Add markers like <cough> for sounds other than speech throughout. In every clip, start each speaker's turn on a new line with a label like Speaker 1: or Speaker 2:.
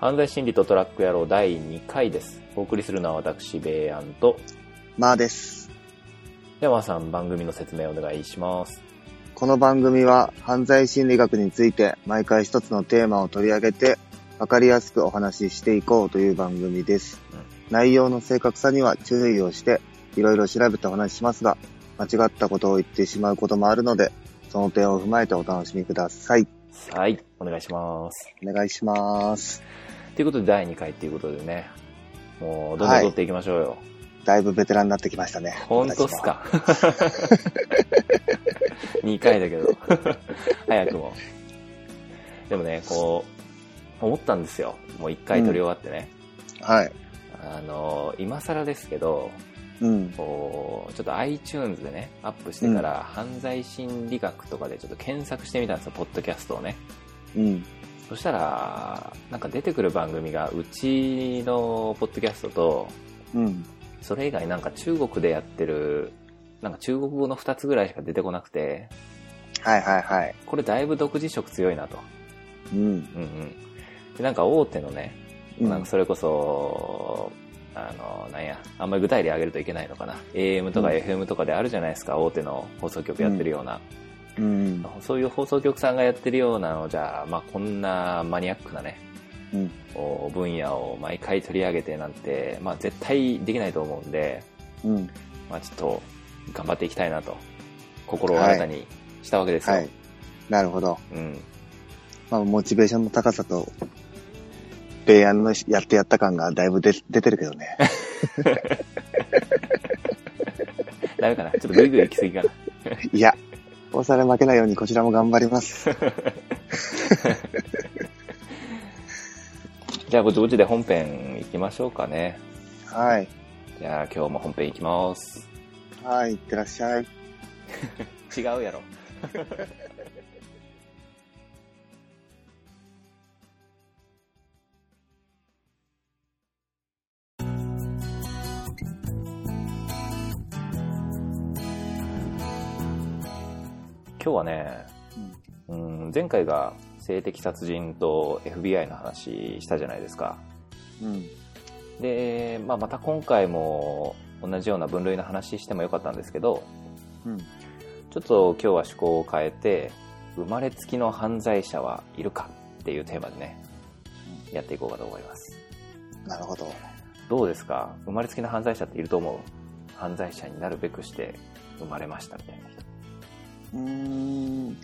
Speaker 1: 犯罪心理とトラック野郎第2回です。お送りするのは私、ベイアンと、
Speaker 2: まあです。
Speaker 1: 山さん番組の説明お願いします。
Speaker 2: この番組は犯罪心理学について毎回一つのテーマを取り上げて分かりやすくお話ししていこうという番組です。内容の正確さには注意をしていろいろ調べてお話ししますが間違ったことを言ってしまうこともあるのでその点を踏まえてお楽しみください。
Speaker 1: はい、お願いします。
Speaker 2: お願いします。
Speaker 1: ということで第2回ということでね、もうどんどん
Speaker 2: はい
Speaker 1: 撮っていきましょうよ。
Speaker 2: だいぶベテランになってきましたね。
Speaker 1: 本当っすか <laughs> ?2 回だけど。 <laughs> 早くも。でもね、こう、思ったんですよ。もう1回撮り終わってね。
Speaker 2: 私は。はい。
Speaker 1: あの、今更ですけど、
Speaker 2: うん。
Speaker 1: こう、ちょっと iTunes でね、アップしてから、犯罪心理学とかでちょっと検索してみたんですよ、ポッドキャストをね。
Speaker 2: うん。
Speaker 1: そしたら、なんか出てくる番組が、うちのポッドキャストと、
Speaker 2: うん。
Speaker 1: それ以外なんか中国でやってる、なんか中国語の2つぐらいしか出てこなくて、
Speaker 2: はいはいはい。
Speaker 1: これだいぶ独自色強いなと。
Speaker 2: うん。
Speaker 1: うんうん。で、なんか大手のね、
Speaker 2: うん
Speaker 1: なんかそれこそ、あの、なんや、あんまり具体例上げるといけないのかな。AM とか
Speaker 2: うん
Speaker 1: FM とかであるじゃないですか、大手の放送局やってるような。
Speaker 2: うん。
Speaker 1: そういう放送局さんがやってるようなのじゃ、まあこんなマニアックなね、
Speaker 2: うん。
Speaker 1: お分野を毎回取り上げてなんて、まあ絶対できないと思うんで、
Speaker 2: うん。
Speaker 1: まあちょっと頑張っていきたいなと、心を新たにしたわけですよ。
Speaker 2: はい。なるほど。
Speaker 1: うん。
Speaker 2: まあ、モチベーションの高さと、ベイアンのやってやった感がだいぶ出出てるけどね。
Speaker 1: ダメかなちょっとグイグイ行き過ぎかな。
Speaker 2: いや、大皿負けないようにこちらも頑張ります。
Speaker 1: じゃあぼちぼちで本編行きましょうかね。
Speaker 2: はい。
Speaker 1: じゃあ今日も本編行きます。
Speaker 2: はい、いってらっしゃい。
Speaker 1: 違うやろ。今日はね、うん、前回が性的殺人と FBI の話したじゃないですか。
Speaker 2: うん。
Speaker 1: で、まあ、また今回も同じような分類の話してもよかったんですけど、
Speaker 2: うん。
Speaker 1: ちょっと今日は趣向を変えて、生まれつきの犯罪者はいるかっていうテーマでね、やっていこうかと思います。
Speaker 2: なるほど。
Speaker 1: どうですか生まれつきの犯罪者っていると思う犯罪者になるべくして生まれましたみたいな人。
Speaker 2: うーん。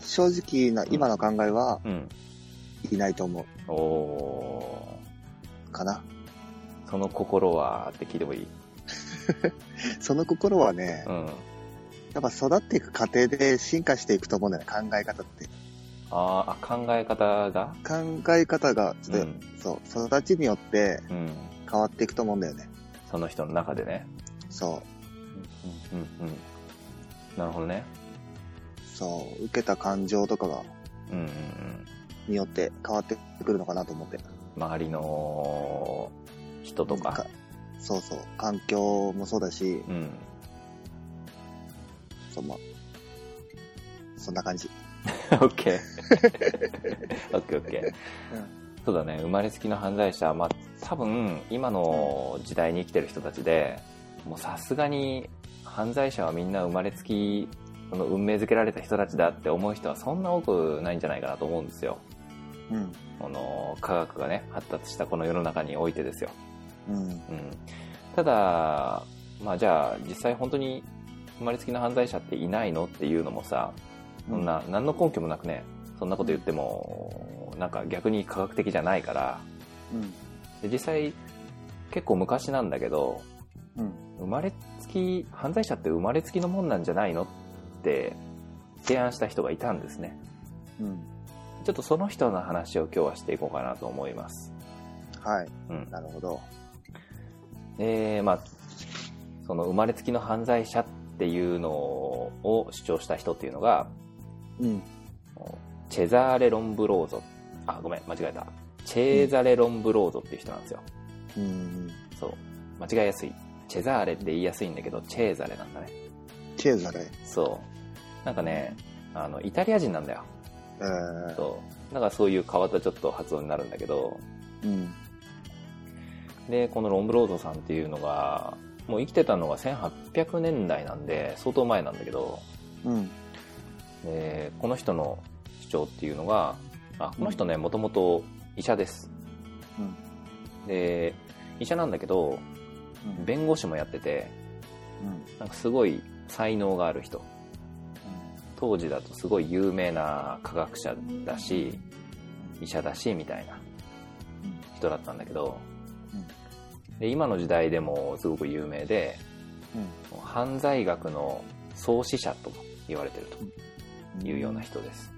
Speaker 2: 正直な、今の考えは、
Speaker 1: うん。
Speaker 2: いないと思
Speaker 1: お
Speaker 2: うかな。
Speaker 1: ーその心はって聞いてもいい
Speaker 2: その心はね
Speaker 1: う、ん。
Speaker 2: やっぱ育っていく過程で進化していくと思うんだよね、考え方って。
Speaker 1: あーあ、考え方が
Speaker 2: 考え方が、ちょっと、
Speaker 1: ん。
Speaker 2: そう、育ちによって
Speaker 1: うん。
Speaker 2: 変わっていくと思うんだよね。
Speaker 1: その人の中でね。
Speaker 2: そう。
Speaker 1: うん。うん。なるほどね。
Speaker 2: そう、受けた感情とかが、
Speaker 1: うんうんうん。
Speaker 2: によって変わってくるのかなと思って。
Speaker 1: 周りの人と
Speaker 2: なん
Speaker 1: か。
Speaker 2: そうそう、環境もそうだし、
Speaker 1: うん。
Speaker 2: その、そんな感じ。
Speaker 1: オッケー。オッケーオッケー。そうだね、生まれつきの犯罪者、まあ、多分、今の時代に生きてる人たちで、もうさすがに犯罪者はみんな生まれつき、その運命づけられた人たちだって思う人はそんな多くないんじゃないかなと思うんですよ。
Speaker 2: うん。
Speaker 1: この科学がね、発達したこの世の中においてですよ。
Speaker 2: うん。
Speaker 1: うん、ただ、まあ、じゃあ実際本当に生まれつきの犯罪者っていないのっていうのもさそんな何の根拠もなくねそんなこと言ってもなんか逆に科学的じゃないから
Speaker 2: うん。
Speaker 1: で実際結構昔なんだけど
Speaker 2: うん。
Speaker 1: 生まれつき犯罪者って生まれつきのもんなんじゃないのって提案した人がいたんですね
Speaker 2: うん。
Speaker 1: ちょっとその人の話を今日はしていこうかなと思います、
Speaker 2: はい。
Speaker 1: うん、
Speaker 2: なるほど。
Speaker 1: で、まあ、その生まれつきの犯罪者っていうのを主張した人っていうのが、
Speaker 2: うん。
Speaker 1: チェザーレ・ロンブローゾ。あ、ごめん、間違えた。チェザレ・ロンブローゾっていう人なんですよ。
Speaker 2: うん。
Speaker 1: そう。間違いやすい。チェザーレって言いやすいんだけど、チェーザレなんだね。
Speaker 2: チェーザレ。
Speaker 1: そう。なんかね、あの、イタリア人なんだよ。
Speaker 2: えー
Speaker 1: そう。なんかそういう変わったちょっと発音になるんだけど、
Speaker 2: ううん。
Speaker 1: でこのロンブロードさんっていうのがもう生きてたのが1800年代なんで相当前なんだけど
Speaker 2: うん。
Speaker 1: でこの人の主張っていうのがあこの人ねもともと医者です、で医者なんだけど
Speaker 2: うん。
Speaker 1: 弁護士もやってて
Speaker 2: うん。
Speaker 1: なんかすごい才能がある人当時だとすごい有名な科学者だし医者だしみたいな人だったんだけど、で今の時代でもすごく有名で犯罪学の創始者と言われてるというような人です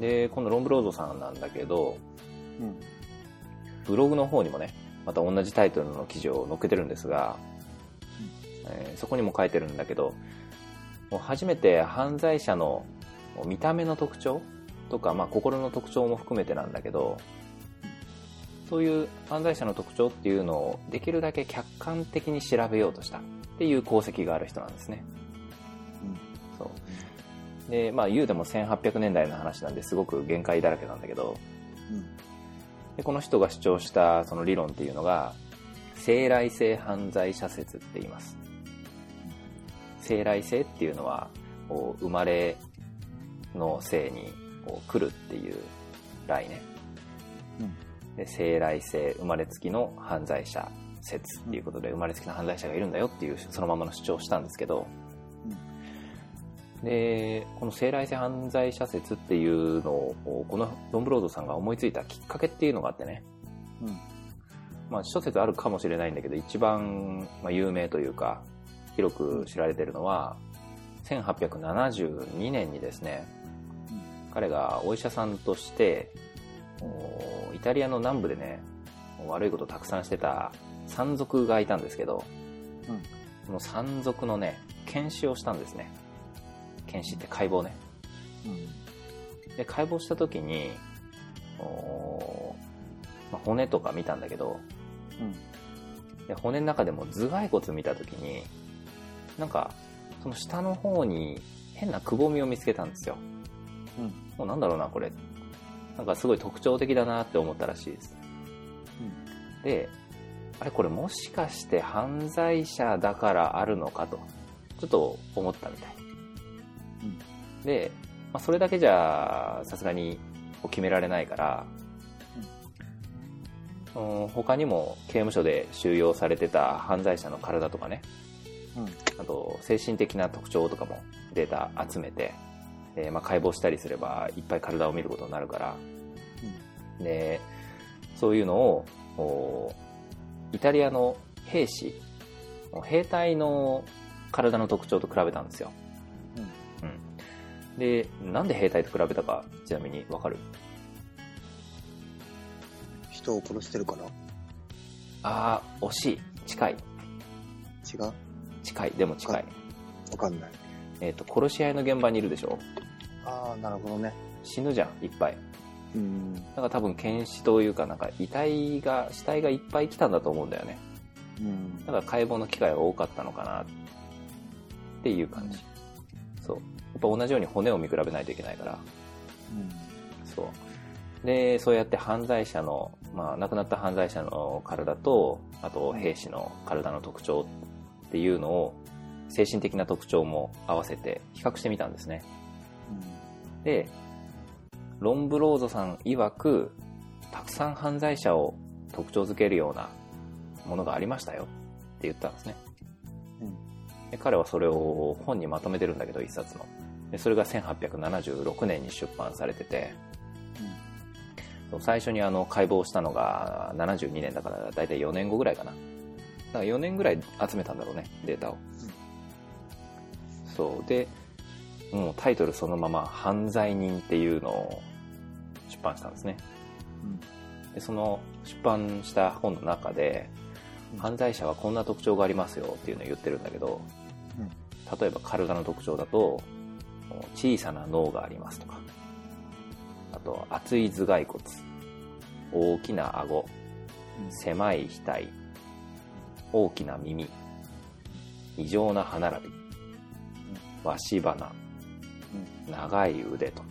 Speaker 1: でこのロンブロードさんなんだけど
Speaker 2: うん。
Speaker 1: ブログの方にもねまた同じタイトルの記事を載っけてるんですが、えーそこにも書いてるんだけどもう初めて犯罪者のもう見た目の特徴とか、まあ、心の特徴も含めてなんだけどそういう犯罪者の特徴っていうのをできるだけ客観的に調べようとしたっていう功績がある人なんですね。そうでまあ言うても1800年代の話なんですごく限界だらけなんだけど、でこの人が主張したその理論っていうのが生来性犯罪者説って言います生来性っていうのはこう生まれの性にこう来るっていう来ね、で生来性生まれつきの犯罪者説っていうことで生まれつきの犯罪者がいるんだよっていうそのままの主張をしたんですけど、でこの生来性犯罪者説っていうのをこのロンブロードさんが思いついたきっかけっていうのがあってね、
Speaker 2: うん。
Speaker 1: まあ、諸説あるかもしれないんだけど一番、まあ、有名というか広く知られてるのは1872年にですね、彼がお医者さんとしておイタリアの南部でね悪いことをたくさんしてた山賊がいたんですけど、
Speaker 2: うん
Speaker 1: その山賊のね検視をしたんですね検視って解剖ね、
Speaker 2: うん。
Speaker 1: で解剖した時におー、まあ骨とか見たんだけど、で骨の中でも頭蓋骨見た時になんかその下の方に変なくぼみを見つけたんですよ、
Speaker 2: うん
Speaker 1: もうなんだろうなこれなんかすごい特徴的だなって思ったらしいです、であれこれもしかして犯罪者だからあるのかとちょっと思ったみたい、でまあ、それだけじゃさすがにこう決められないから、うん、他にも刑務所で収容されてた犯罪者の体とかね
Speaker 2: うん。
Speaker 1: あと精神的な特徴とかもデータ集めて、えーまあ、解剖したりすればいっぱい体を見ることになるから、でそういうのをこうイタリアの兵士兵隊の体の特徴と比べたんですよ、うんでなんで兵隊と比べたかちなみにわかる
Speaker 2: 人を殺してるから
Speaker 1: ああ惜しい近い
Speaker 2: 違うわ
Speaker 1: 近いでも近い、
Speaker 2: はかんない。
Speaker 1: えー、と殺し合いの現場にいるでしょ
Speaker 2: ああ、なるほどね。
Speaker 1: 死ぬじゃんいっぱい
Speaker 2: うん。
Speaker 1: だから多分検視というかなんか遺体が死体がいっぱい来たんだと思うんだよね
Speaker 2: うん
Speaker 1: だ。から解剖の機会が多かったのかなっていう感じそうやっぱ同じように骨を見比べないといけないからそうでそうやって犯罪者の、まあ、亡くなった犯罪者の体とあと兵士の体の特徴っていうのを精神的な特徴も合わせて比較してみたんですねでロンブロードさん曰くたくさん犯罪者を特徴づけるようなものがありましたよって言ったんですね、で彼はそれを本にまとめてるんだけど一冊のでそれが1876年に出版されてて最初にあの解剖したのが72年だから大体4年後ぐらいかなだから4年ぐらい集めたんだろうねデータを、そうでもうタイトルそのまま「犯罪人」っていうのを出版したんですねでその出版した本の中で
Speaker 2: うん
Speaker 1: 犯罪者はこんな特徴がありますよっていうのを言ってるんだけど、
Speaker 2: うん
Speaker 1: 例えば体の特徴だと小さな脳がありますとかあと厚い頭蓋骨大きな顎狭い額大きな耳異常な歯並びわし鼻長い腕と、ま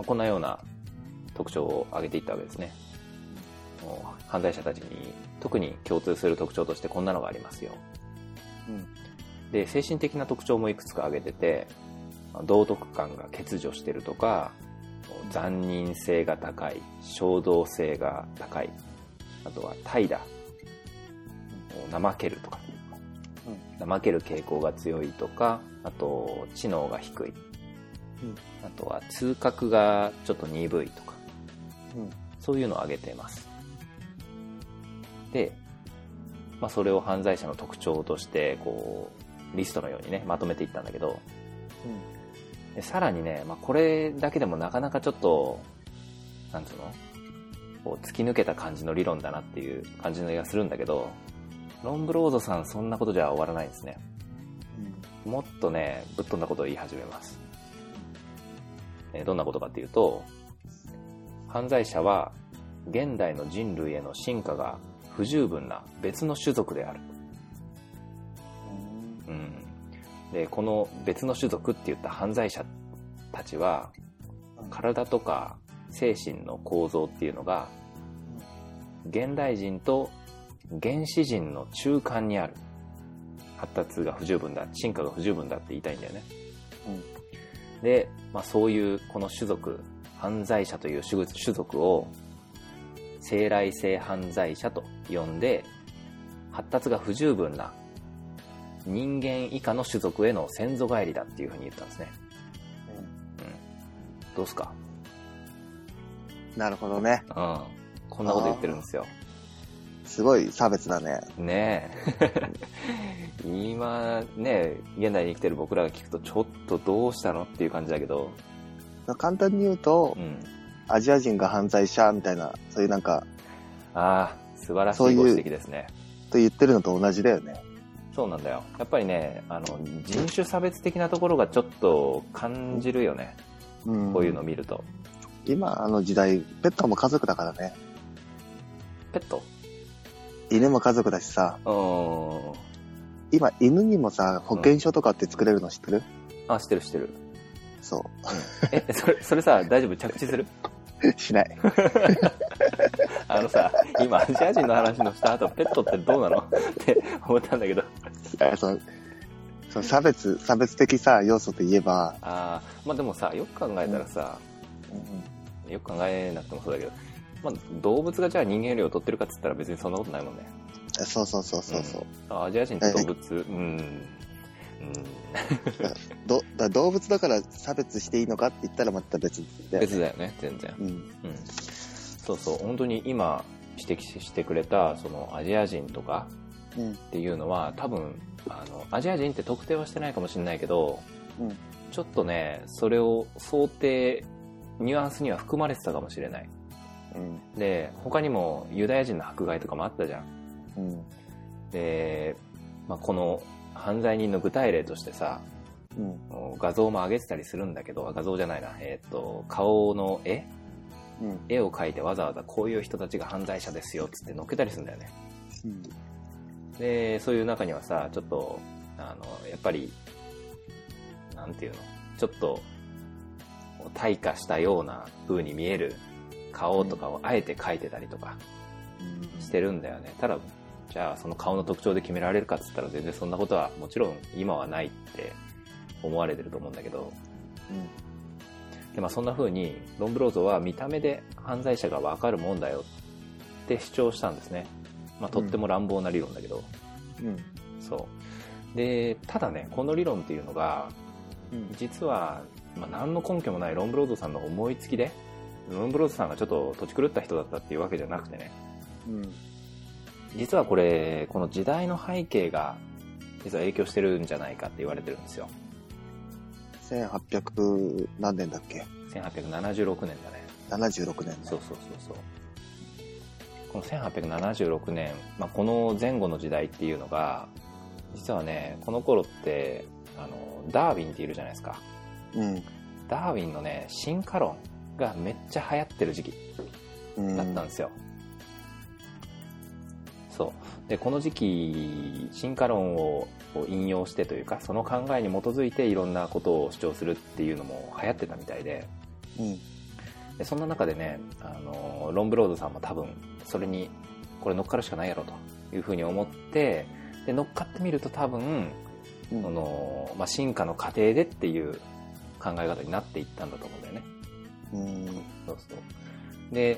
Speaker 1: あこんなような特徴を挙げていったわけですね。もう犯罪者たちに特に共通する特徴としてこんなのがありますよ。で、精神的な特徴もいくつか挙げてて、道徳感が欠如してるとか、残忍性が高い、衝動性が高い、あとは怠惰、怠けるとか、怠ける傾向が強いとか、あと知能が低い、
Speaker 2: うん
Speaker 1: あとは通覚がちょっと鈍いとか、
Speaker 2: うん
Speaker 1: そういうのを挙げています。で、まあ、それを犯罪者の特徴として、こう、リストのようにね、まとめていったんだけど、でさらにね、まあ、これだけでもなかなかちょっと、なんつうのこう突き抜けた感じの理論だなっていう感じの気がするんだけど、ロンブロードさんそんなことじゃ終わらないんですね。もっとね、ぶっ飛んだことを言い始めます。えーどんなことかっていうと、犯罪者は現代の人類への進化が不十分な別の種族である。うん、でこの別の種族って言った犯罪者たちは体とか精神の構造っていうのが現代人と原始人の中間にある発達が不十分だ進化が不十分だって言いたいんだよね、で、まあ、そういうこの種族犯罪者という種族種族を生来性犯罪者と呼んで発達が不十分な人間以下の種族への先祖返りだっていうふうに言ったんですねどうすか
Speaker 2: なるほどね。
Speaker 1: うんこんなこと言ってるんですよ
Speaker 2: すごい差別だね。
Speaker 1: ねえ今ね現代に生きてる僕らが聞くとちょっとどうしたのっていう感じだけど
Speaker 2: 簡単に言うと
Speaker 1: う、ん
Speaker 2: アジア人が犯罪者みたいな、そういうなんか、
Speaker 1: ああ素晴らし
Speaker 2: そうい
Speaker 1: いうご指摘ですね
Speaker 2: と言ってるのと同じだよね。
Speaker 1: そうなんだよやっぱりねあの人種差別的なところがちょっと感じるよね
Speaker 2: うん
Speaker 1: こういうのを見ると
Speaker 2: 今あの時代、ペットも家族だからね。
Speaker 1: ペッ
Speaker 2: 犬も家族だしさ、
Speaker 1: ト
Speaker 2: 今犬にもさ、保険証とかって作れるの知ってる、
Speaker 1: うんあ知ってる知ってる
Speaker 2: そ
Speaker 1: えそれそれさ大丈夫着地する
Speaker 2: う。しない。
Speaker 1: あのさ、今、アジア人の話のした後、ペットってどうなのって思ったんだけど。
Speaker 2: あそのその差別、差別的さ、要素といえば、
Speaker 1: あーまあでもさ、よく考えたらさ、よく考えなくてもそうだけど、まあ動物がじゃあ人間より劣ってるかっつったら別にそんなことないもんね。
Speaker 2: そうそうそうそうそう。
Speaker 1: あアジア人って動
Speaker 2: <laughs>
Speaker 1: 物、うん。うん
Speaker 2: どだ動物だから差別していいのかって言ったらまた別にだよね
Speaker 1: 別だよね、全然。
Speaker 2: うん。
Speaker 1: うん。そうそう、本当に今指摘してくれた、そのアジア人とか
Speaker 2: うん。
Speaker 1: っていうのは、多分、あの、アジア人って特定はしてないかもしれないけど、
Speaker 2: うん。
Speaker 1: ちょっとね、それを想定、ニュアンスには含まれてたかもしれない。
Speaker 2: うん。
Speaker 1: で、他にもユダヤ人の迫害とかもあったじゃん。
Speaker 2: うん。
Speaker 1: で、まあ、この犯罪人の具体例としてさ、
Speaker 2: うん。
Speaker 1: 画像も上げてたりするんだけど、画像じゃないな、えーっと、顔の絵
Speaker 2: うん。
Speaker 1: 絵を描いてわざわざこういう人たちが犯罪者ですよっつって載っけたりするんだよね。
Speaker 2: うん。
Speaker 1: で、そういう中にはさ、ちょっと、あの、やっぱり、なんていうの、ちょっと、退化したような風に見える顔とかをあえて描いてたりとかしてるんだよね。ただ、じゃあその顔の特徴で決められるかっつったら全然そんなことはもちろん今はないって思われてると思うんだけど、
Speaker 2: うん。
Speaker 1: でまあ、そんな風にロンブローゾは見た目で犯罪者がわかるもんだよって主張したんですね。まあ、とっても乱暴な理論だけど。
Speaker 2: うん。
Speaker 1: そう。で、ただね、この理論っていうのが、
Speaker 2: うん。
Speaker 1: 実は、まあ、何の根拠もないロンブロードさんの思いつきで、ロンブロードさんがちょっと土地狂った人だったっていうわけじゃなくてね、
Speaker 2: うん。
Speaker 1: 実はこれ、この時代の背景が、実は影響してるんじゃないかって言われてるんですよ。
Speaker 2: 1800何年だっけ
Speaker 1: 1876年だね。
Speaker 2: ?76 年。
Speaker 1: そうそうそうそう。この1876年、まあ、この前後の時代っていうのが、実はね、この頃って、あの、ダーウィンっているじゃないですか。
Speaker 2: うん。
Speaker 1: ダーウィンのね進化論がめっちゃ流行ってる時期
Speaker 2: うん。
Speaker 1: だったんですよ、そうでこの時期進化論をこう引用してというかその考えに基づいていろんなことを主張するっていうのも流行ってたみたいで
Speaker 2: うん。
Speaker 1: でそんな中でね、あのロンブロードさんも多分それにこれ乗っかるしかないやろというふうに思ってで乗っかってみると多分、
Speaker 2: う
Speaker 1: そ
Speaker 2: ん
Speaker 1: のまあ、進化の過程でっていう考え方になっていったんだと思うんだよね。
Speaker 2: うん
Speaker 1: そうそうで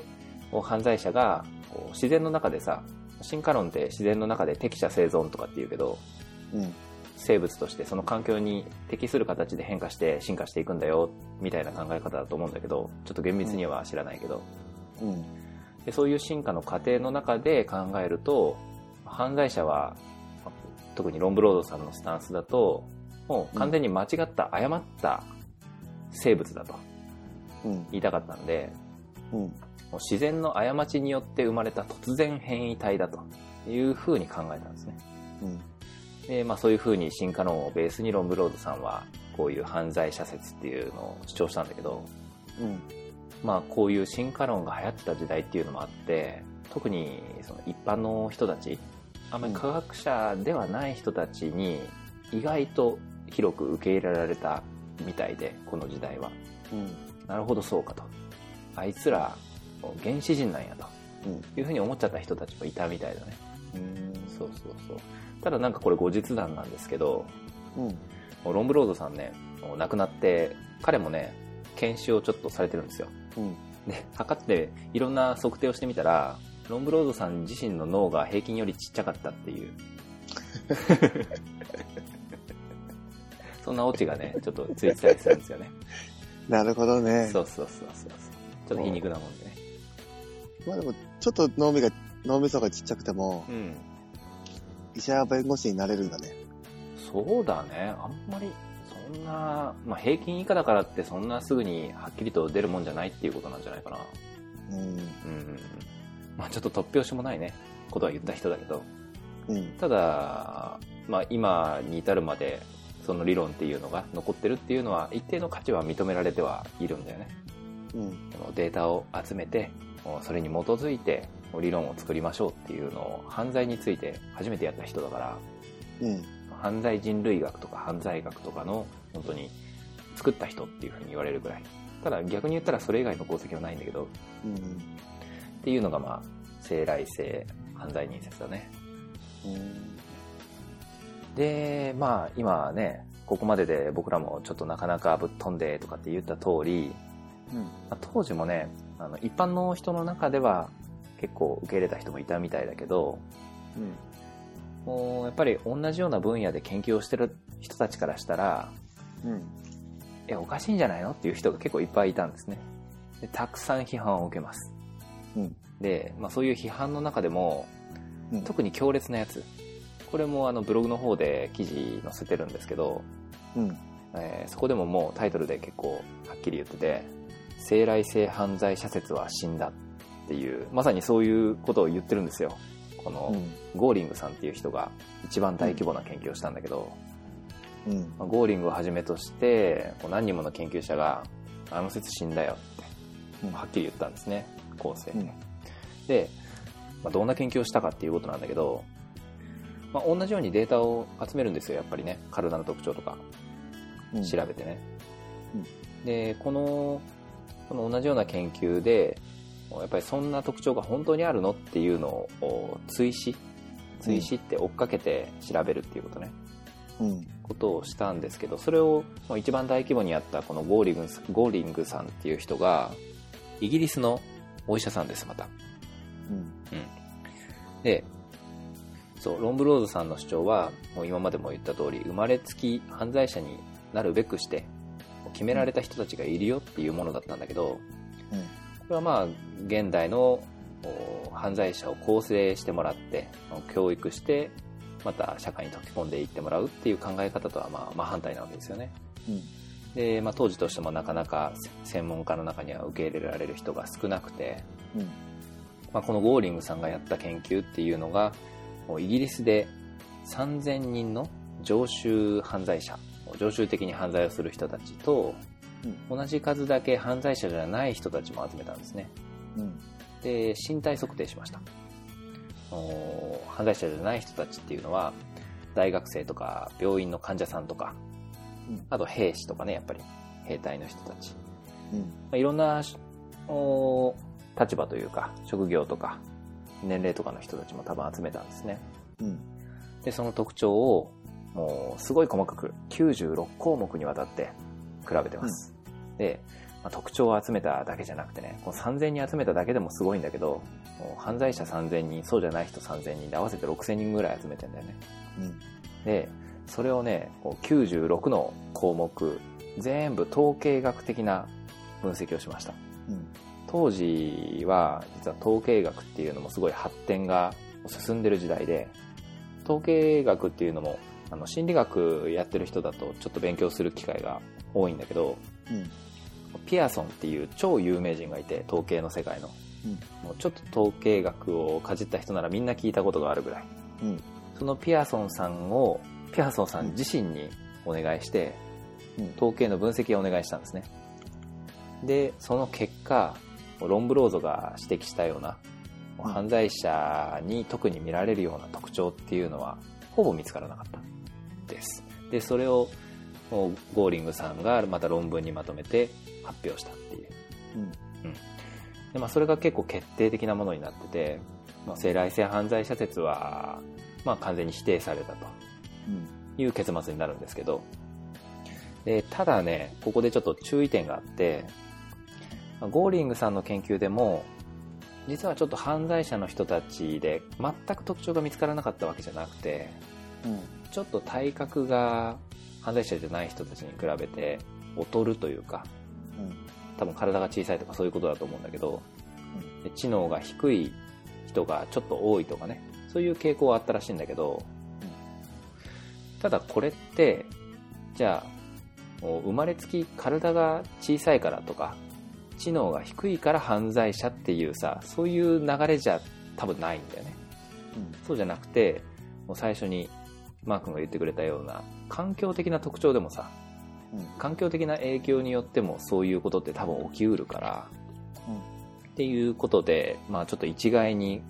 Speaker 1: こう犯罪者がこう自然の中でさ進化論って自然の中で適者生存とかって言うけど
Speaker 2: うん
Speaker 1: 生物としてその環境に適する形で変化して進化していくんだよみたいな考え方だと思うんだけどちょっと厳密には知らないけど、
Speaker 2: うん
Speaker 1: でそういう進化の過程の中で考えると犯罪者は特にロンブロードさんのスタンスだともう完全に間違った誤った生物だと
Speaker 2: うん
Speaker 1: 言いたかったんで
Speaker 2: うん
Speaker 1: もう自然の過ちによって生まれた突然変異体だというふうに考えたんですね。
Speaker 2: うん
Speaker 1: で、まあそういうふうに進化論をベースにロンブロードさんはこういう犯罪者説っていうのを主張したんだけど、
Speaker 2: うん
Speaker 1: まあこういう進化論が流行ってた時代っていうのもあって、特にその一般の人たち、あんまり科学者ではない人たちに意外と広く受け入れられたみたいで、この時代は。
Speaker 2: うん
Speaker 1: なるほどそうかと。あいつら原始人なんやと。
Speaker 2: うん
Speaker 1: いうふうに思っちゃった人たちもいたみたいだね。そうそうそう。ただなんかこれ後日談なんですけど、
Speaker 2: うん
Speaker 1: もうロンブロードさんね、もう亡くなって、彼もね、検視をちょっとされてるんですよ。
Speaker 2: うん
Speaker 1: で、測っていろんな測定をしてみたら、ロンブロードさん自身の脳が平均よりちっちゃかったっていう。そんなオチがね、ちょっとついてたりするんですよね。
Speaker 2: なるほどね
Speaker 1: そうそうそうそう。ちょっと皮肉なもんでね。
Speaker 2: まあでもちょっと脳みが脳みそがちっちゃくても
Speaker 1: うん。
Speaker 2: 医者や弁護士になれるんだね
Speaker 1: そうだね。あんまり、そんな、まあ、平均以下だからってそんなすぐにはっきりと出るもんじゃないっていうことなんじゃないかな。
Speaker 2: うん
Speaker 1: うん。まあ、ちょっと突拍子もないね、ことは言った人だけど。
Speaker 2: うん
Speaker 1: ただ、まあ、今に至るまで、その理論っていうのが残ってるっていうのは、一定の価値は認められてはいるんだよね。
Speaker 2: うん
Speaker 1: このデータを集めて、もうそれに基づいて、もう理論を作りましょうっていうのを犯罪について初めてやった人だから、
Speaker 2: うん
Speaker 1: 犯罪人類学とか犯罪学とかの本当に作った人っていうふうに言われるぐらいただ逆に言ったらそれ以外の功績はないんだけど
Speaker 2: うん
Speaker 1: っていうのがまあ生来性犯罪人説だね
Speaker 2: うん
Speaker 1: でまあ今ねここまでで僕らもちょっとなかなかぶっ飛んでとかって言った通り、
Speaker 2: うん
Speaker 1: まあ当時もねあの一般の人の中では結構受け入れた人もいたみたいだけど
Speaker 2: うん
Speaker 1: もうやっぱり同じような分野で研究をしてる人たちからしたら
Speaker 2: うん
Speaker 1: えおかしいんじゃないのっていう人が結構いっぱいいたんですねでたくさん批判を受けます、
Speaker 2: うん
Speaker 1: で、まあ、そういう批判の中でも、
Speaker 2: うん
Speaker 1: 特に強烈なやつこれもあのブログの方で記事載せてるんですけど、
Speaker 2: うん
Speaker 1: えーそこでももうタイトルで結構はっきり言ってて「生来性犯罪者説は死んだ」っていうまさにそういうことを言ってるんですよこのゴーリングさんっていう人が一番大規模な研究をしたんだけど、
Speaker 2: うん
Speaker 1: まあゴーリングをはじめとしてこう何人もの研究者が「あの説死んだよ」って
Speaker 2: うん
Speaker 1: はっきり言ったんですね後世、
Speaker 2: うん
Speaker 1: で、まあどんな研究をしたかっていうことなんだけど、まあ、同じようにデータを集めるんですよやっぱりね体の特徴とか
Speaker 2: うん
Speaker 1: 調べてね、
Speaker 2: う
Speaker 1: でこのこの同じような研究でやっぱりそんな特徴が本当にあるのっていうのを追試追試って追っかけて調べるっていうことね、
Speaker 2: うん
Speaker 1: ことをしたんですけどそれをまあ一番大規模にやったこのゴーリングゴーリングさんっていう人がイギリスのお医者さんですまた
Speaker 2: うん
Speaker 1: でそうロンブロードさんの主張はもう今までも言った通り生まれつき犯罪者になるべくしてもう決められた人たちがいるよっていうものだったんだけど
Speaker 2: うん
Speaker 1: これはまあ現代のお犯罪者を構成してもらってまあ教育してまた社会に溶け込んでいってもらうっていう考え方とはまあ真反対なわけですよね。
Speaker 2: うん
Speaker 1: で、まあ、当時としてもなかなか専門家の中には受け入れられる人が少なくて、
Speaker 2: うん
Speaker 1: まあ、このゴーリングさんがやった研究っていうのがもうイギリスで3000人の常習犯罪者常習的に犯罪をする人たちと同じ数だけ犯罪者じゃない人たちも集めたんですね
Speaker 2: うん
Speaker 1: で身体測定しましたおー犯罪者じゃない人たちっていうのは大学生とか病院の患者さんとか
Speaker 2: うん
Speaker 1: あと兵士とかねやっぱり兵隊の人たち
Speaker 2: うん
Speaker 1: まあいろんなお立場というか、職業とか、年齢とかの人たちも多分集めたんですね。
Speaker 2: うん。
Speaker 1: で、その特徴を、もう、すごい細かく、96項目にわたって比べてます。で、まあ特徴を集めただけじゃなくてね、この3000人集めただけでもすごいんだけど、もう犯罪者3000人、そうじゃない人3000人で合わせて6000人ぐらい集めてんだよね。
Speaker 2: うん。
Speaker 1: で、それをね、こう96の項目、全部統計学的な分析をしました。
Speaker 2: うん。
Speaker 1: 当時は実は統計学っていうのもすごい発展が進んでる時代で統計学っていうのもあの心理学やってる人だとちょっと勉強する機会が多いんだけど
Speaker 2: うん。
Speaker 1: ピアソンっていう超有名人がいて統計の世界の、
Speaker 2: うん
Speaker 1: もうちょっと統計学をかじった人ならみんな聞いたことがあるぐらい
Speaker 2: うん。
Speaker 1: そのピアソンさんをピアソンさん自身にお願いして、
Speaker 2: うん
Speaker 1: 統計の分析をお願いしたんですねでその結果ロンブローゾが指摘したような
Speaker 2: うん
Speaker 1: 犯罪者に特に見られるような特徴っていうのはほぼ見つからなかったですでそれをゴーリングさんがまた論文にまとめて発表したっていう
Speaker 2: うん。
Speaker 1: で、まあ、それが結構決定的なものになってて、まあ、生来性犯罪者説は、まあ、完全に否定されたと
Speaker 2: うん。
Speaker 1: いう結末になるんですけどでただねここでちょっと注意点があってまあゴーリングさんの研究でも実はちょっと犯罪者の人たちで全く特徴が見つからなかったわけじゃなくて
Speaker 2: うん。
Speaker 1: ちょっと体格が犯罪者じゃない人たちに比べて劣るというか多分体が小さいとかそういうことだと思うんだけど、で知能が低い人がちょっと多いとかねそういう傾向はあったらしいんだけど、
Speaker 2: う
Speaker 1: ただこれってじゃあもう生まれつき体が小さいからとか知能が低いから犯罪者っていうさそういう流れじゃ多分ないんだよね
Speaker 2: うん。
Speaker 1: そうじゃなくてもう最初にマー君が言ってくれたような環境的な特徴でもさ
Speaker 2: うん。
Speaker 1: 環境的な影響によってもそういうことって多分起きうるから、
Speaker 2: うん
Speaker 1: っていうことで、まあ、ちょっと一概に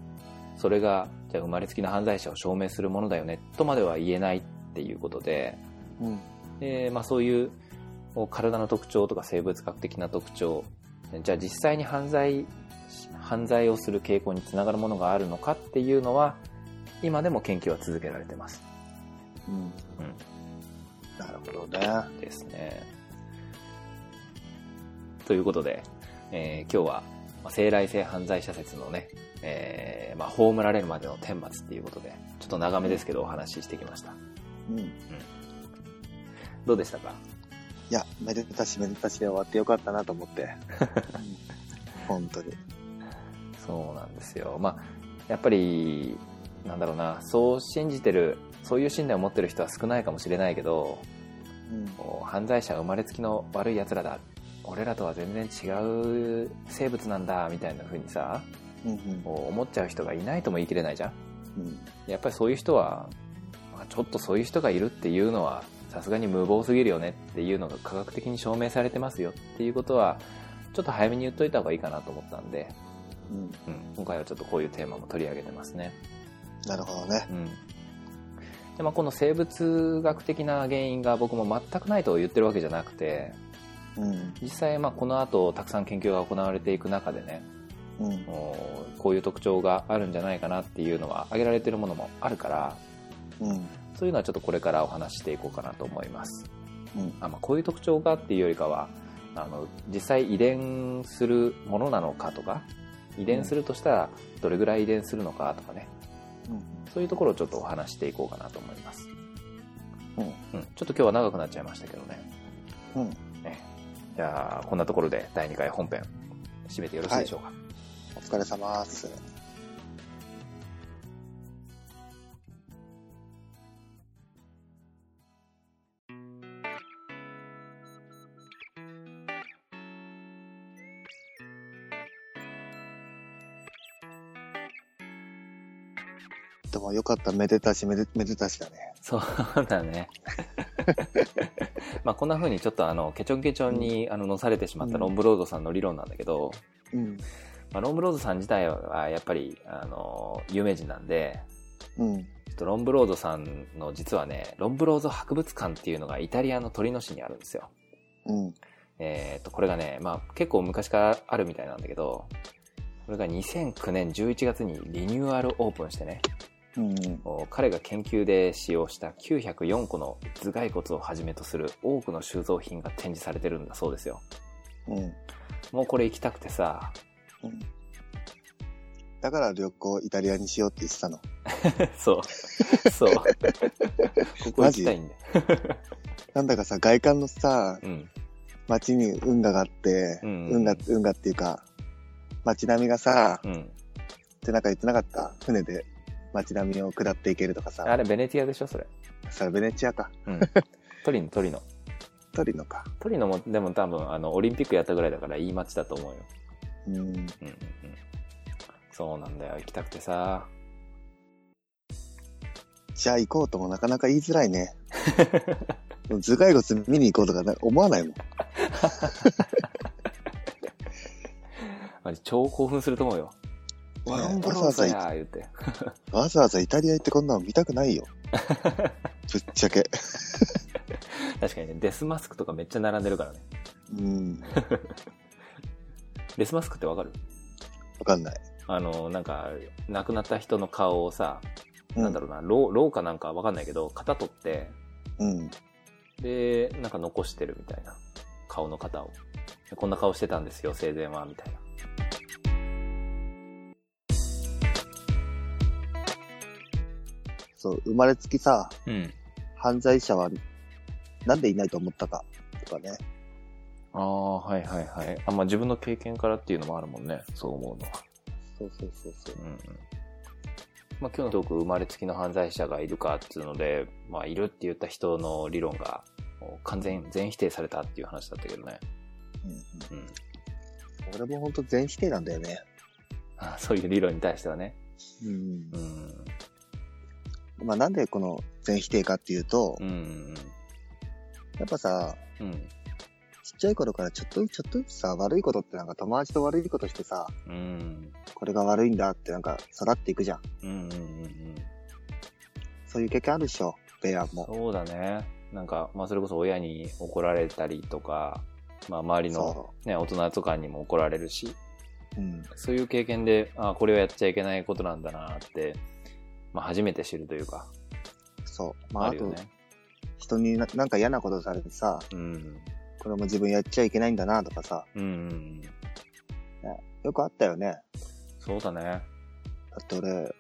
Speaker 1: それがじゃあ生まれつきの犯罪者を証明するものだよねとまでは言えないっていうことで
Speaker 2: うん。
Speaker 1: で、まあ、そういうこう体の特徴とか生物学的な特徴じゃあ実際に犯罪犯罪をする傾向につながるものがあるのかっていうのは今でも研究は続けられてます。
Speaker 2: うん。
Speaker 1: うん
Speaker 2: なるほどね。
Speaker 1: ですね。ということで、えー今日は、まあ生来性犯罪者説のね、えーまあ、葬られるまでの顛末っていうことで、ちょっと長めですけどお話ししてきました。
Speaker 2: うん。い
Speaker 1: どうでしたか
Speaker 2: や、めでたしめでたしで終わってよかったなと思って。本当に。
Speaker 1: そうなんですよ。まあ、やっぱり、なんだろうな、そう信じてる、そういう信念を持ってる人は少ないかもしれないけど、
Speaker 2: うん。
Speaker 1: こう犯罪者は生まれつきの悪い奴らだ。俺らとは全然違う生物なんだ、みたいな風にさ、
Speaker 2: うん。
Speaker 1: こう思っちゃう人がいないとも言い切れないじゃん。
Speaker 2: うん。
Speaker 1: やっぱりそういう人は、まあちょっとそういう人がいるっていうのは、さすがに無謀すぎるよねっていうのが科学的に証明されてますよっていうことは、ちょっと早めに言っといた方がいいかなと思ったんで、
Speaker 2: うん。
Speaker 1: うん、今回はちょっとこういうテーマも取り上げてますね。
Speaker 2: なるほどね。
Speaker 1: うん。で、まあこの生物学的な原因が僕も全くないと言ってるわけじゃなくて、
Speaker 2: うん。
Speaker 1: 実際まあこの後たくさん研究が行われていく中でね、
Speaker 2: うん。
Speaker 1: もうこういう特徴があるんじゃないかなっていうのは挙げられてるものもあるから、
Speaker 2: うん。
Speaker 1: そういうのはちょっとこれからお話ししていこうかなと思います。
Speaker 2: うん
Speaker 1: あまあ、こういう特徴がっていうよりかはあの実際遺伝するものなのかとか遺伝するとしたらどれぐらい遺伝するのかとかね
Speaker 2: うん。
Speaker 1: そういうところをちょっとお話ししていこうかなと思います、
Speaker 2: うん。
Speaker 1: うん、ちょっと今日は長くなっちゃいましたけどね
Speaker 2: うん。
Speaker 1: ねじゃあこんなところで第2回本編締めてよろしいでしょうか、
Speaker 2: お疲れ様です。でもよかった、めでたし、めで、めでたしだね。
Speaker 1: そうだ <laughs> ねまあこんな風にちょっとあのケチョンケチョンにあののされてしまったロンブロードさんの理論なんだけど、
Speaker 2: うん。
Speaker 1: まあ、ロンブロードさん自体はやっぱり、あの有名人なんで、
Speaker 2: う
Speaker 1: ち
Speaker 2: ん。
Speaker 1: ょっとロンブロードさんの実はね、ロンブロード博物館っていうのがイタリアのトリノ市にあるんですよ。
Speaker 2: うん。
Speaker 1: えーっと、これがね、まあ結構昔からあるみたいなんだけど、これが2009年11月にリニューアルオープンしてね、
Speaker 2: うん。
Speaker 1: お彼が研究で使用した904個の頭蓋骨をはじめとする多くの収蔵品が展示されてるんだそうですよ。
Speaker 2: うん。
Speaker 1: もうこれ行きたくてさ、 <laughs>
Speaker 2: だから旅行イタリアにしようって言ってたの。
Speaker 1: そう、そう、ここ行きたいんで。
Speaker 2: なんだかさ、外観のさ、
Speaker 1: うん、
Speaker 2: 街に運河があって、
Speaker 1: うん
Speaker 2: 運河、運河っていうか、街並みがさ、
Speaker 1: うん。
Speaker 2: ってなんか言ってなかった船で街並みを下っていけるとか
Speaker 1: あ
Speaker 2: さ、
Speaker 1: れベネティアでしょ、それ。
Speaker 2: さ、ベネチアか、
Speaker 1: うん。トリノ、トリノ。
Speaker 2: トリノか。
Speaker 1: トリノも、でも多分、あの、オリンピックやったぐらいだからいい街だと思うよ。
Speaker 2: うん。
Speaker 1: うんうんうん。そうなんだよ、行きたくてさ。
Speaker 2: じゃあ行こうともなかなか言いづらいね。
Speaker 1: <laughs>
Speaker 2: 頭蓋骨見に行こうとかな思わないもん。
Speaker 1: マジ超興奮すると思うよ。
Speaker 2: わ
Speaker 1: ワロンブ
Speaker 2: わ
Speaker 1: ロ
Speaker 2: ざ
Speaker 1: ーザ
Speaker 2: わざ
Speaker 1: やー言うて。
Speaker 2: わざわざイタリア行ってこんなの見た
Speaker 1: <laughs>
Speaker 2: くないよ。ぶっちゃけ。
Speaker 1: 確かにね、デスマスクとかめっちゃ並んでるからね。
Speaker 2: うん。
Speaker 1: デスマスクってわかる
Speaker 2: わかんない。
Speaker 1: あの、なんか、亡くなった人の顔をさ、
Speaker 2: う
Speaker 1: なんだろうな、ろう廊下なんかわかんないけど、型取って、
Speaker 2: うん。
Speaker 1: で、なんか残してるみたいな。顔の型を。でこんな顔してたんですよ、生前は、みたいな。
Speaker 2: そう、生まれつきさ、
Speaker 1: うん。
Speaker 2: 犯罪者はなんでいないと思ったかとかね。
Speaker 1: ああ、はいはいはい。あまあ、自分の経験からっていうのもあるもんね。そう思うのは。
Speaker 2: そうそうそうそう
Speaker 1: う。んうん。まあ、今日のトーク、生まれつきの犯罪者がいるかっていうので、まあ、いるって言った人の理論が、もう完全、全否定されたっていう話だったけどね。
Speaker 2: うんうん、
Speaker 1: うん。
Speaker 2: 俺もほんと全否定なんだよね。
Speaker 1: あそういう理論に対してはね。
Speaker 2: うん
Speaker 1: う。ん。
Speaker 2: まあなんでこの全否定かっていうと
Speaker 1: う、ん。
Speaker 2: やっぱさ、
Speaker 1: うん。
Speaker 2: ちっちゃい頃からちょっとずつちょっとずつさ、悪いことってなんか友達と悪いことしてさ、
Speaker 1: うん。
Speaker 2: これが悪いんだってなんか育っていくじゃん。
Speaker 1: うん。うん。うん。
Speaker 2: そういう経験あるでしょ、ベアンも。
Speaker 1: そうだね。なんか、まあ、それこそ親に怒られたりとか、まあ、周りの、
Speaker 2: そ
Speaker 1: ね、大人とかにも怒られるし、
Speaker 2: う。うん。
Speaker 1: そういう経験で、あこれはやっちゃいけないことなんだなって、まあ、初めて知るというか、
Speaker 2: そう。まあ
Speaker 1: あ
Speaker 2: あ
Speaker 1: るよ
Speaker 2: と、
Speaker 1: ね。
Speaker 2: 人にななんか嫌なことされてさ、
Speaker 1: うん。
Speaker 2: これも自分やっちゃいけないんだなとかさ、
Speaker 1: うんうんうん。
Speaker 2: よくあったよね。
Speaker 1: そうだね。
Speaker 2: だって俺、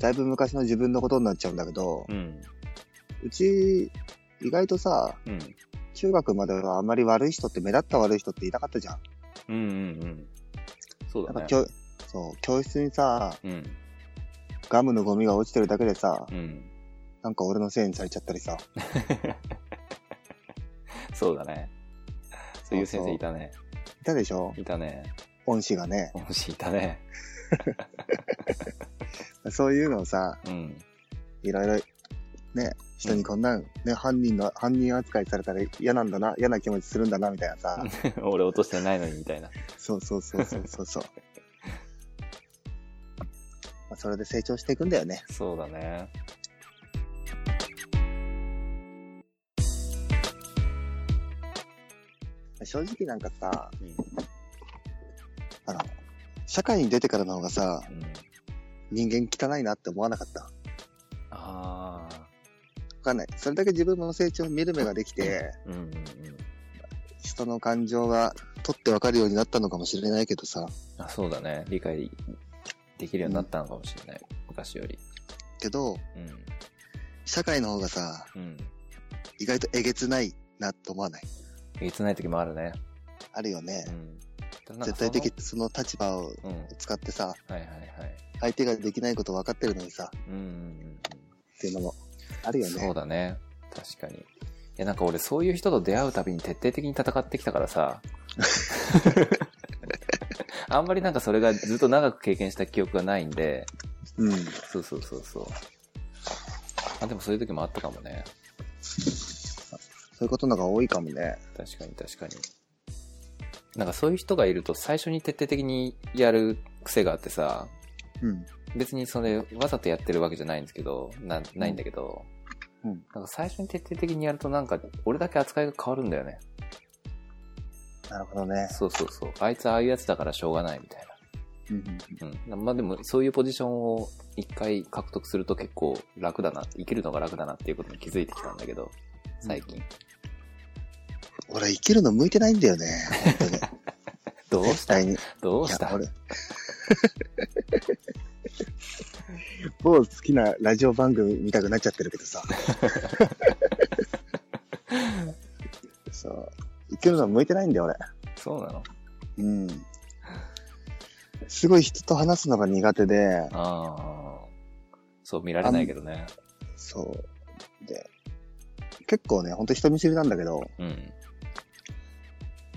Speaker 2: だいぶ昔の自分のことになっちゃうんだけど
Speaker 1: う、ん。
Speaker 2: うち、意外とさ、
Speaker 1: うん。
Speaker 2: 中学まではあんまり悪い人って、目立った悪い人っていなかったじゃん。
Speaker 1: うんうんうん。そう
Speaker 2: な
Speaker 1: だ
Speaker 2: んか
Speaker 1: ね。
Speaker 2: 教、そう、教室にさ、
Speaker 1: うん。
Speaker 2: ガムのゴミが落ちてるだけでさ、
Speaker 1: うん。 <laughs>
Speaker 2: なんか俺のせいにされちゃったりさ、
Speaker 1: そうだね。そういう先生いたね。
Speaker 2: いたでしょ
Speaker 1: いたね。
Speaker 2: 恩師がね。
Speaker 1: 恩師いたね。
Speaker 2: そういうのをさ、
Speaker 1: うん。 <laughs>
Speaker 2: いろいろ、ね、人にこんなん、ね、犯人の、犯人扱いされたら嫌なんだな、嫌な気持ちするんだな、みたい
Speaker 1: <laughs>
Speaker 2: なさ、
Speaker 1: 俺落としてないのにみたいな。
Speaker 2: そうそうそうそうそうそう。まあそれで成長していくんだよね。
Speaker 1: そうだね。
Speaker 2: 正直なんかさ、
Speaker 1: うん。
Speaker 2: あの、社会に出てからの方がさ、
Speaker 1: うん、
Speaker 2: 人間汚いなって思わなかった。わ
Speaker 1: ああ。
Speaker 2: かんない。それだけ自分の成長を見る目ができて、
Speaker 1: うんうんうん。
Speaker 2: 人の感情が取ってわかるようになったのかもしれないけどさ、
Speaker 1: あ、そうだね。理解できるようになったのかもしれない。昔より。
Speaker 2: けど、
Speaker 1: うん。
Speaker 2: 社会の方がさ、
Speaker 1: うん。
Speaker 2: 意外とえげつないなって思わない。
Speaker 1: えげつない時もあるね。
Speaker 2: あるよね
Speaker 1: う。ん。ただなんか
Speaker 2: 絶対的その立場を
Speaker 1: その。うん。は
Speaker 2: 使ってさ、
Speaker 1: いはいはい。
Speaker 2: 相手ができないこと分かってるのにさ、
Speaker 1: うんうん
Speaker 2: っていうのもある
Speaker 1: うん。
Speaker 2: よ
Speaker 1: そう
Speaker 2: ね。
Speaker 1: だね。確かに。いや、なんか俺そういう人と出会うたびに徹底的に戦ってきたから
Speaker 2: <laughs>
Speaker 1: さ。あんまりなんかそれがずっと長く経験した記憶がないんで。
Speaker 2: うん。
Speaker 1: そうそうそうそう。あ、でもそういう時もあったかもね。
Speaker 2: そういうことのが多いかもね。
Speaker 1: 確かに確かに。なんかそういう人がいると最初に徹底的にやる癖があってさ、
Speaker 2: うん。
Speaker 1: 別にそれわざとやってるわけじゃないんですけど、なないんだけど、
Speaker 2: うん
Speaker 1: なんか最初に徹底的にやるとなんか俺だけ扱いが変わるんだよね。
Speaker 2: なるほどね。
Speaker 1: そうそうそう。あいつああいうやつだからしょうがないみたい
Speaker 2: うんうん
Speaker 1: な。うん。まあでも、そういうポジションを一回獲得すると結構楽だな、生きるのが楽だなっていうことに気づいてきたんだけど、最近。
Speaker 2: 俺、生きるの向いてないんだよね。本当に。
Speaker 1: どう
Speaker 2: 絶
Speaker 1: した
Speaker 2: <laughs> 対に。
Speaker 1: どうした
Speaker 2: いや俺某好きなラジオ番組見たくなっちゃってるけどさ。そう。生きるの向いてないんだよ、俺。
Speaker 1: そうなの
Speaker 2: うん。すごい人と話すのが苦手で、
Speaker 1: ああ。そう、見られないけどね。
Speaker 2: そう。で、結構ね、ほんと人見知りなんだけど、
Speaker 1: うん。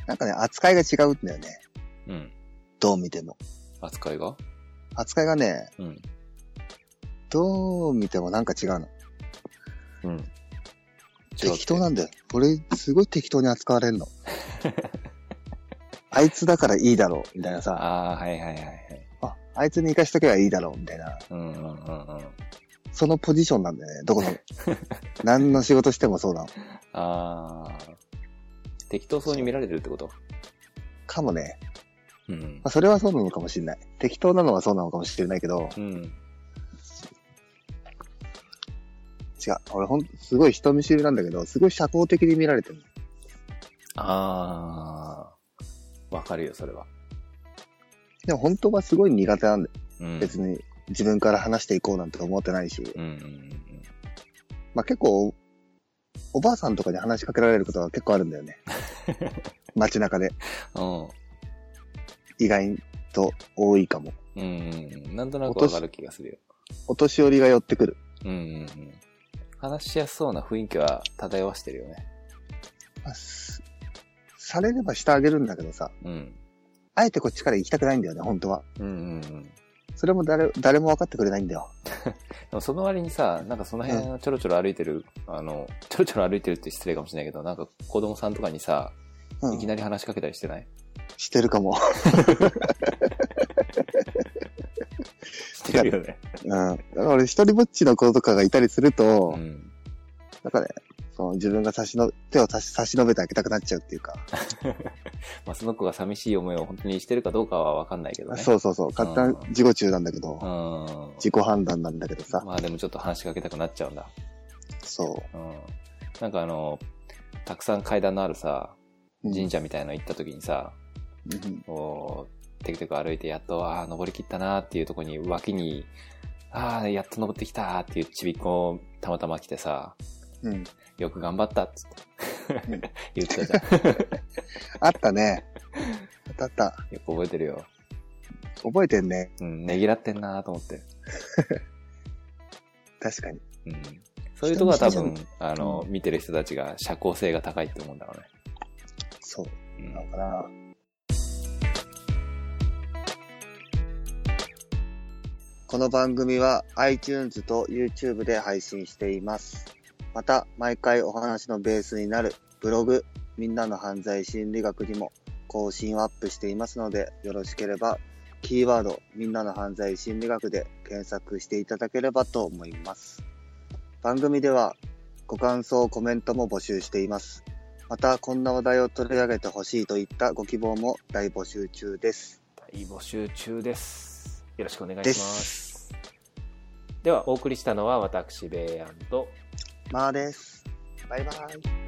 Speaker 2: なんかね、扱いが違うんだよね。
Speaker 1: うん。
Speaker 2: どう見ても。
Speaker 1: 扱いが
Speaker 2: 扱いがね、
Speaker 1: うん。
Speaker 2: どう見てもなんか違うの。
Speaker 1: うん。違う
Speaker 2: 適当なんだよ。俺、すごい適当に扱わ
Speaker 1: <laughs>
Speaker 2: れんの。あいつだからいいだろう、みたいなさ。
Speaker 1: ああ、はいはいはいはい。
Speaker 2: あ、あいつに生かしとけばいいだろう、みたいな。
Speaker 1: うんうんうんうん。
Speaker 2: そのポジションなんだよね。どこ
Speaker 1: <laughs>
Speaker 2: の、何の仕事してもそうなの。
Speaker 1: ああ。適当そうに見られてるってこと
Speaker 2: かもね。
Speaker 1: うん
Speaker 2: まあ、。それはそうなのかもしれない。適当なのはそうなのかもしれないけど、
Speaker 1: うん。
Speaker 2: 違う。俺ほん、すごい人見知りなんだけど、すごい社交的に見られてるの。
Speaker 1: ああ。わかるよ、それは。
Speaker 2: でも本当はすごい苦手なんだよ。
Speaker 1: うん。
Speaker 2: 別に自分から話していこうなんて思ってないし。
Speaker 1: うんうんうん
Speaker 2: まあ、結構、おばあさんとかに話しかけられることが結構あるんだ
Speaker 1: <laughs>
Speaker 2: よね。街中で。
Speaker 1: うん。うん
Speaker 2: 意外と多いかも。
Speaker 1: うんうん。なんとなくわかる気がするよ。
Speaker 2: お年寄りが寄ってくる。
Speaker 1: うんうんうん。話しやすそうな雰囲気は漂わしてるよね。
Speaker 2: まあすされればしてあげるんだけどさ、
Speaker 1: うん。
Speaker 2: あえてこっちから行きたくないんだよね、本当は。
Speaker 1: うんうんうん。で
Speaker 2: それも誰、誰も分かってくれないんだよ。
Speaker 1: もその割にさ、なんかその辺をちょろちょろ歩いてる、あの、ちょろちょろ歩いてるって失礼かもしれないけど、なんか子供さんとかにさ、
Speaker 2: うん、
Speaker 1: いきなり話しかけたりしてない
Speaker 2: してるかも。 <laughs>
Speaker 1: してるよね。
Speaker 2: うん。だから俺、一人ぼっちの子とかがいたりすると、
Speaker 1: うん。
Speaker 2: なんかね、その自分が差しの、手を差し差し伸べてあげたくなっちゃうっていうか、
Speaker 1: まあ、その子が寂しい思いを本当にしてるかどうかはわかんないけどね。。
Speaker 2: そううそうそう、勝手な自己中なんだけど
Speaker 1: う、ん。
Speaker 2: 自己判断なんだけどさ、
Speaker 1: まあでもちょっと話しかけたくなっちゃうんだ。
Speaker 2: そ
Speaker 1: うん。なんかあの、たくさん階段のあるさ、
Speaker 2: う。うん
Speaker 1: 神社みたいの行った時にさ、
Speaker 2: うん
Speaker 1: こう、テクテク歩いてやっと、ああ、登り切ったなーっていうとこに、脇に、ああ、やっと登ってきたーっていうちびっこたまたま来てさ、
Speaker 2: うん。
Speaker 1: よく頑張ったっつって、
Speaker 2: うん
Speaker 1: 言ってた <laughs> じゃん。
Speaker 2: あったね。あったあった。
Speaker 1: よく覚えてるよ。
Speaker 2: 覚えてんね。
Speaker 1: うん、ねぎらってんなーと思って。
Speaker 2: 確かに。
Speaker 1: うん。そういうとこは多
Speaker 2: 人
Speaker 1: 分
Speaker 2: 見知、
Speaker 1: あの、見てる人たちが社交性が高いって思うんだろ
Speaker 2: そう
Speaker 1: う
Speaker 2: なの
Speaker 1: ね。
Speaker 2: かな。この番組は iTunes と YouTube で配信しています。また、毎回お話のベースになるブログ、みんなの犯罪心理学にも更新をアップしていますので、よろしければ、キーワード、みんなの犯罪心理学で検索していただければと思います。番組では、ご感想、コメントも募集しています。また、こんな話題を取り上げてほしいといったご希望も大募集中です。
Speaker 1: 大募集中です。よろしくお願いし
Speaker 2: で
Speaker 1: ます。
Speaker 2: す。
Speaker 1: では、お送りしたのは私、ベイアンと、
Speaker 2: まあです。バイバイ。